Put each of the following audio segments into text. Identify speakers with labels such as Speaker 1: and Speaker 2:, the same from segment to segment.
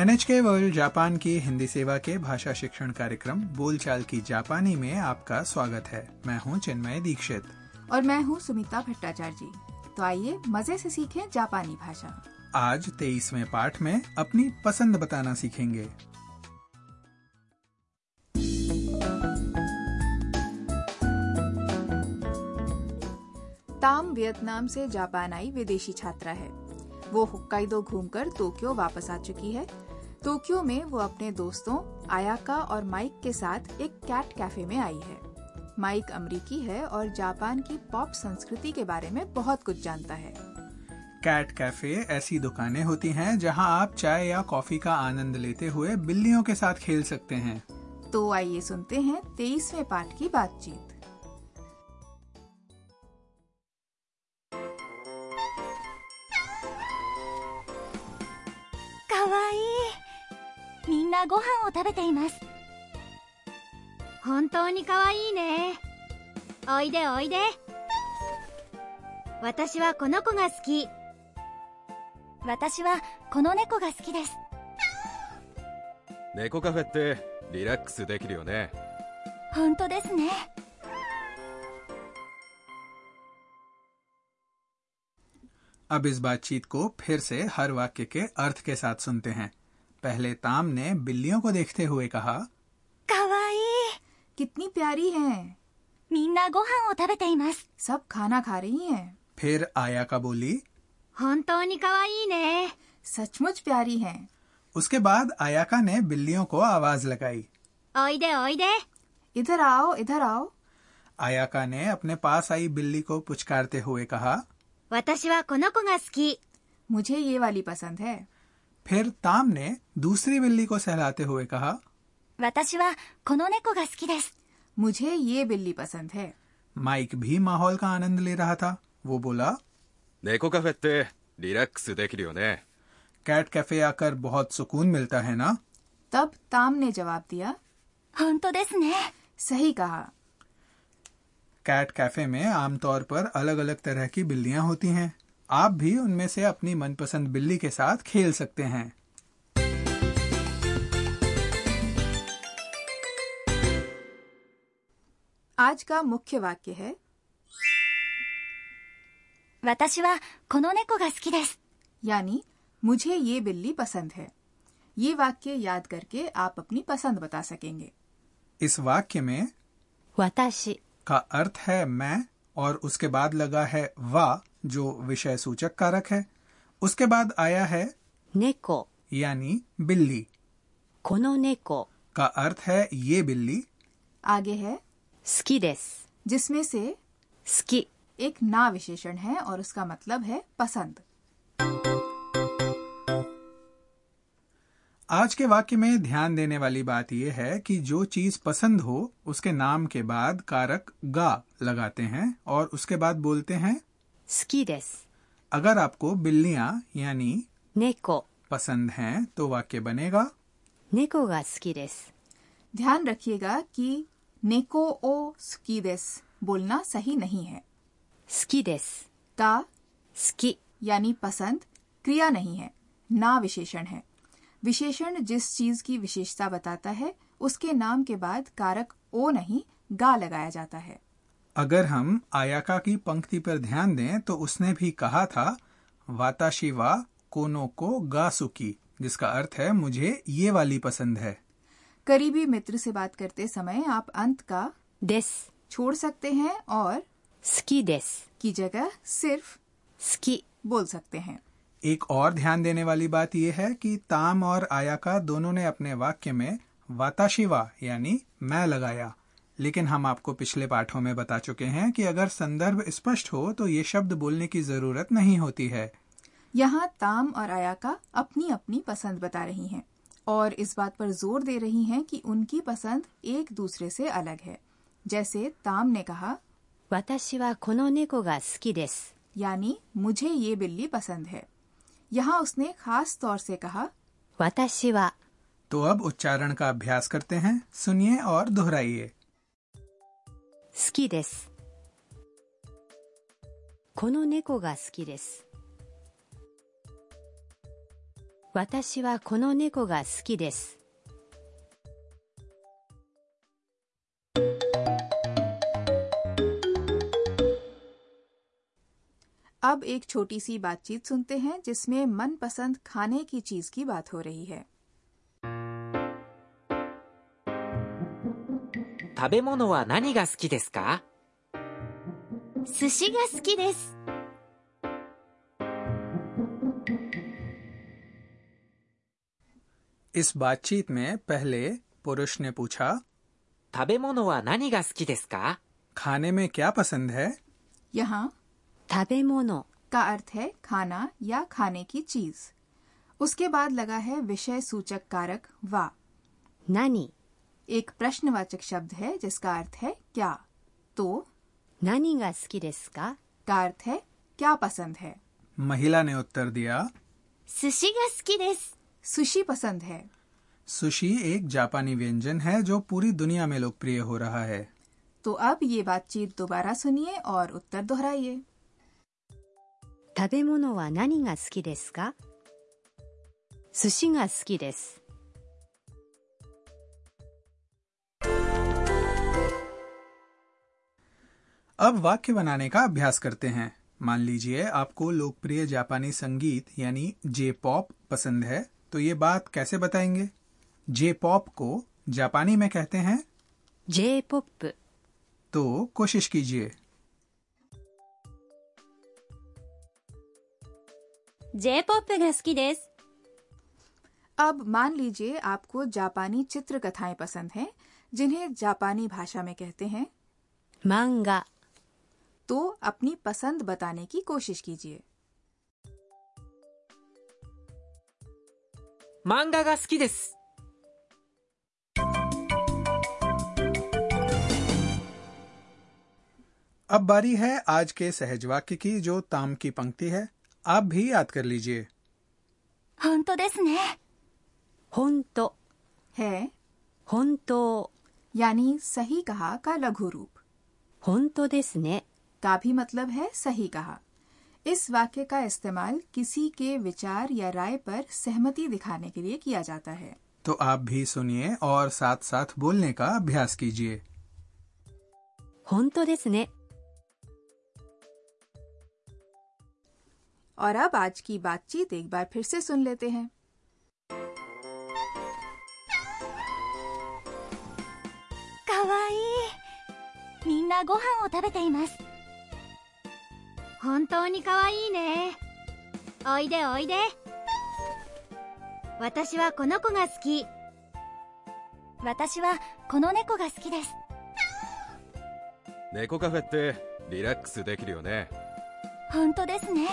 Speaker 1: NHK World Japan की हिंदी सेवा के भाषा शिक्षण कार्यक्रम बोलचाल की जापानी में आपका स्वागत है मैं हूं चिन्मय दीक्षित
Speaker 2: और मैं हूँ सुमिता भट्टाचार्य जी तो आइए मजे से सीखें जापानी भाषा
Speaker 1: आज 23वें पाठ में अपनी पसंद बताना सीखेंगे
Speaker 2: ताम वियतनाम से जापान आई विदेशी छात्रा है वो होक्काइडो घूमकर टोक्यो वापस आ चुकी है टोक्यो में वो अपने दोस्तों आयाका और माइक के साथ एक कैट कैफे में आई है माइक अमरीकी है और जापान की पॉप संस्कृति के बारे में बहुत कुछ जानता है
Speaker 1: कैट कैफे ऐसी दुकानें होती हैं जहां आप चाय या कॉफी का आनंद लेते हुए बिल्लियों के साथ खेल सकते हैं
Speaker 2: तो आइए सुनते हैं तेईसवें पाठ की बातचीत
Speaker 3: かわいいみんなご飯を食べています本当にかわいいねおいでおいで私はこの子が好き私はこの猫が好きです
Speaker 4: 猫カフェってリラックスできるよね
Speaker 3: 本当ですね
Speaker 1: अब इस बातचीत को फिर से हर वाक्य के अर्थ के साथ सुनते हैं पहले ताम ने बिल्लियों को देखते हुए कहा
Speaker 3: かわいい
Speaker 2: कितनी प्यारी है
Speaker 3: みんなご飯を食べています
Speaker 2: सब खाना खा रही हैं
Speaker 1: फिर आयाका बोली
Speaker 3: 本当にかわいいね
Speaker 2: सचमुच प्यारी हैं
Speaker 1: उसके बाद आयाका ने बिल्लियों को आवाज लगाई
Speaker 3: おいでおいで
Speaker 2: इधर आओ इधर आओ
Speaker 1: आयाका ने अपने पास आई बिल्ली को पुचकारते हुए कहा
Speaker 3: 私はこの子が好き
Speaker 2: मुझे ये वाली पसंद है
Speaker 1: फिर ताम ने दूसरी बिल्ली को सहलाते हुए कहा
Speaker 3: 私はこの猫が好きです
Speaker 2: मुझे ये बिल्ली पसंद है
Speaker 1: माइक भी माहौल का आनंद ले रहा था वो बोला
Speaker 4: 猫カフェってリラックスできるよね
Speaker 1: कैट कैफे आकर बहुत सुकून मिलता है ना
Speaker 2: तब ताम ने जवाब दिया
Speaker 3: 本当ですね
Speaker 2: सही कहा
Speaker 1: कैट कैफे में आमतौर पर अलग अलग तरह की बिल्लियां होती हैं आप भी उनमें से अपनी मनपसंद बिल्ली के साथ खेल सकते हैं
Speaker 2: आज का मुख्य वाक्य है
Speaker 3: 私はこの猫が好きです
Speaker 2: यानी मुझे ये बिल्ली पसंद है ये वाक्य याद करके आप अपनी पसंद बता सकेंगे
Speaker 1: इस वाक्य में
Speaker 3: 私
Speaker 1: का अर्थ है मैं और उसके बाद लगा है वा जो विषय सूचक कारक है उसके बाद आया है
Speaker 3: 猫
Speaker 1: यानी बिल्ली
Speaker 3: この猫
Speaker 1: का अर्थ है ये बिल्ली
Speaker 2: आगे है
Speaker 3: 好きです
Speaker 2: जिसमें से
Speaker 3: 好き
Speaker 2: एक ना विशेषण है और उसका मतलब है पसंद
Speaker 1: आज के वाक्य में ध्यान देने वाली बात यह है कि जो चीज पसंद हो उसके नाम के बाद कारक गा लगाते हैं और उसके बाद बोलते हैं
Speaker 3: 好きです
Speaker 1: अगर आपको बिल्लियां यानी
Speaker 3: 猫
Speaker 1: पसंद हैं तो वाक्य बनेगा
Speaker 3: 猫が好きです
Speaker 2: ध्यान रखिएगा कि नेको ओ स्कीदेस बोलना सही नहीं है
Speaker 3: 好きです
Speaker 2: का
Speaker 3: 好き
Speaker 2: यानी पसंद क्रिया नहीं है ना विशेषण है विशेषण जिस चीज की विशेषता बताता है उसके नाम के बाद कारक ओ नहीं गा लगाया जाता है
Speaker 1: अगर हम आयाका की पंक्ति पर ध्यान दें तो उसने भी कहा था वाताशिवा कोनो को गासुकी जिसका अर्थ है मुझे ये वाली पसंद है
Speaker 2: करीबी मित्र से बात करते समय आप अंत का
Speaker 3: です。
Speaker 2: छोड़ सकते हैं और
Speaker 3: 好きです。
Speaker 2: की जगह सिर्फ
Speaker 3: 好き
Speaker 2: बोल सकते हैं
Speaker 1: एक और ध्यान देने वाली बात यह है कि ताम और आयाका दोनों ने अपने वाक्य में वाताशिवा यानी मैं लगाया लेकिन हम आपको पिछले पाठों में बता चुके हैं कि अगर संदर्भ स्पष्ट हो तो ये शब्द बोलने की जरूरत नहीं होती है
Speaker 2: यहाँ ताम और आयाका अपनी अपनी पसंद बता रही हैं और इस बात पर जोर दे रही हैं कि उनकी पसंद एक दूसरे से अलग है जैसे ताम ने कहा
Speaker 3: 私はこの猫が好きです。
Speaker 2: यानी मुझे ये बिल्ली पसंद है यहाँ उसने खास तौर से कहा
Speaker 3: 私は
Speaker 1: तो अब उच्चारण का अभ्यास करते हैं सुनिए और दोहराइए
Speaker 3: 好きです。この猫が好きです。
Speaker 5: 私はこの猫が好きです。
Speaker 2: अब एक छोटी सी बातचीत सुनते हैं जिसमें मनपसंद खाने की चीज की बात हो रही है
Speaker 6: 食べ物は何が好きですか
Speaker 3: 寿司が好きです
Speaker 1: इस बातचीत में पहले पुरुष ने पूछा
Speaker 6: 食べ物は何が好きですか
Speaker 1: खाने में क्या पसंद है
Speaker 2: यहाँ
Speaker 5: 食べ物、
Speaker 2: का अर्थ है खाना या खाने की चीज उसके बाद लगा है विषय सूचक कारक वा
Speaker 5: 何、
Speaker 2: एक प्रश्नवाचक शब्द है जिसका अर्थ है क्या तो
Speaker 5: 何が好きですか
Speaker 2: का अर्थ है क्या पसंद है
Speaker 1: महिला ने उत्तर दिया
Speaker 3: 寿司が好きです
Speaker 2: सुशी पसंद है
Speaker 1: सुशी एक जापानी व्यंजन है जो पूरी दुनिया में लोकप्रिय हो रहा है
Speaker 2: तो अब ये बातचीत दोबारा सुनिए और उत्तर दोहराइए
Speaker 5: 食べ物は何が好きですか寿司が好きです。
Speaker 1: अब वाक्य बनाने का अभ्यास करते हैं मान लीजिए आपको लोकप्रिय जापानी संगीत यानी जे पॉप पसंद है तो ये बात कैसे बताएंगे जे पॉप को जापानी में कहते हैं
Speaker 5: J-POP、
Speaker 1: तो कोशिश कीजिए
Speaker 3: J-POP が好きです
Speaker 2: अब मान लीजिए आपको जापानी चित्रकथाएं पसंद हैं जिन्हें जापानी भाषा में कहते हैं
Speaker 5: 漫画、
Speaker 2: तो अपनी पसंद बताने की कोशिश कीजिए
Speaker 6: 漫画が好きです。
Speaker 1: अब बारी है आज के सहज वाक्य की जो ताम की पंक्ति है आप भी याद कर लीजिए
Speaker 3: 本当ですね
Speaker 5: 本当、
Speaker 2: है
Speaker 5: 本当、
Speaker 2: यानी सही कहा का लघु रूप
Speaker 5: 本当ですね。
Speaker 2: का भी मतलब है सही कहा इस वाक्य का इस्तेमाल किसी के विचार या राय पर सहमति दिखाने के लिए किया जाता है
Speaker 1: तो आप भी सुनिए और साथ साथ बोलने का अभ्यास कीजिए
Speaker 5: 本当ですね。
Speaker 2: और अब आज की बातचीत एक बार फिर से सुन लेते हैं
Speaker 3: かわいいみんなご飯を食べています本当にかわいいねおいでおいで私はこの子が好き私はこの猫が好きです
Speaker 4: 猫カフェってリラックスできるよね
Speaker 3: 本当ですね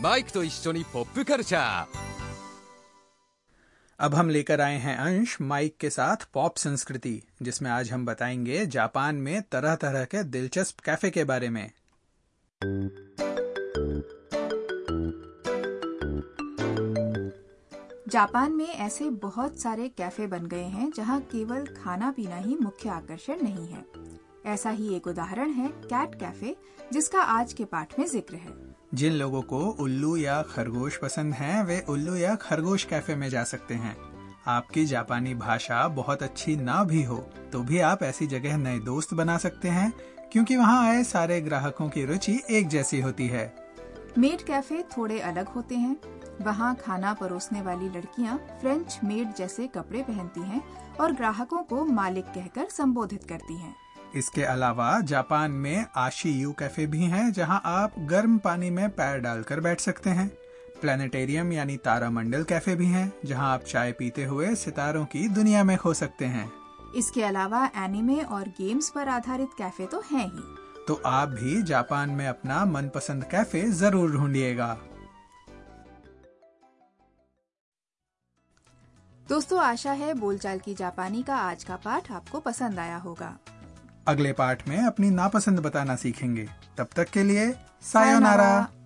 Speaker 4: マイクと一緒にポップカルチャー
Speaker 1: अब हम लेकर आए हैं अंश माइक के साथ पॉप संस्कृति जिसमें आज हम बताएंगे जापान में तरह तरह के दिलचस्प कैफे के बारे में
Speaker 2: जापान में ऐसे बहुत सारे कैफे बन गए हैं जहां केवल खाना पीना ही मुख्य आकर्षण नहीं है ऐसा ही एक उदाहरण है कैट कैफे जिसका आज के पाठ में जिक्र है
Speaker 1: जिन लोगों को उल्लू या खरगोश पसंद हैं वे उल्लू या खरगोश कैफे में जा सकते हैं आपकी जापानी भाषा बहुत अच्छी ना भी हो तो भी आप ऐसी जगह नए दोस्त बना सकते हैं क्योंकि वहाँ आए सारे ग्राहकों की रुचि एक जैसी होती है
Speaker 2: मेड कैफे थोड़े अलग होते हैं वहाँ खाना परोसने वाली लड़कियाँ फ्रेंच मेड जैसे कपड़े पहनती हैं और ग्राहकों को मालिक कहकर संबोधित करती हैं
Speaker 1: इसके अलावा जापान में आशी यू कैफे भी हैं जहां आप गर्म पानी में पैर डालकर बैठ सकते हैं प्लानिटेरियम यानी तारामंडल कैफे भी हैं जहां आप चाय पीते हुए सितारों की दुनिया में खो सकते हैं
Speaker 2: इसके अलावा एनिमे और गेम्स पर आधारित कैफे तो हैं ही
Speaker 1: तो आप भी जापान में अपना मनपसंद कैफे जरूर ढूंढिएगा
Speaker 2: दोस्तों आशा है बोलचाल की जापानी का आज का पाठ आपको पसंद आया होगा
Speaker 1: अगले पार्ट में अपनी नापसंद बताना सीखेंगे तब तक के लिए सायोनारा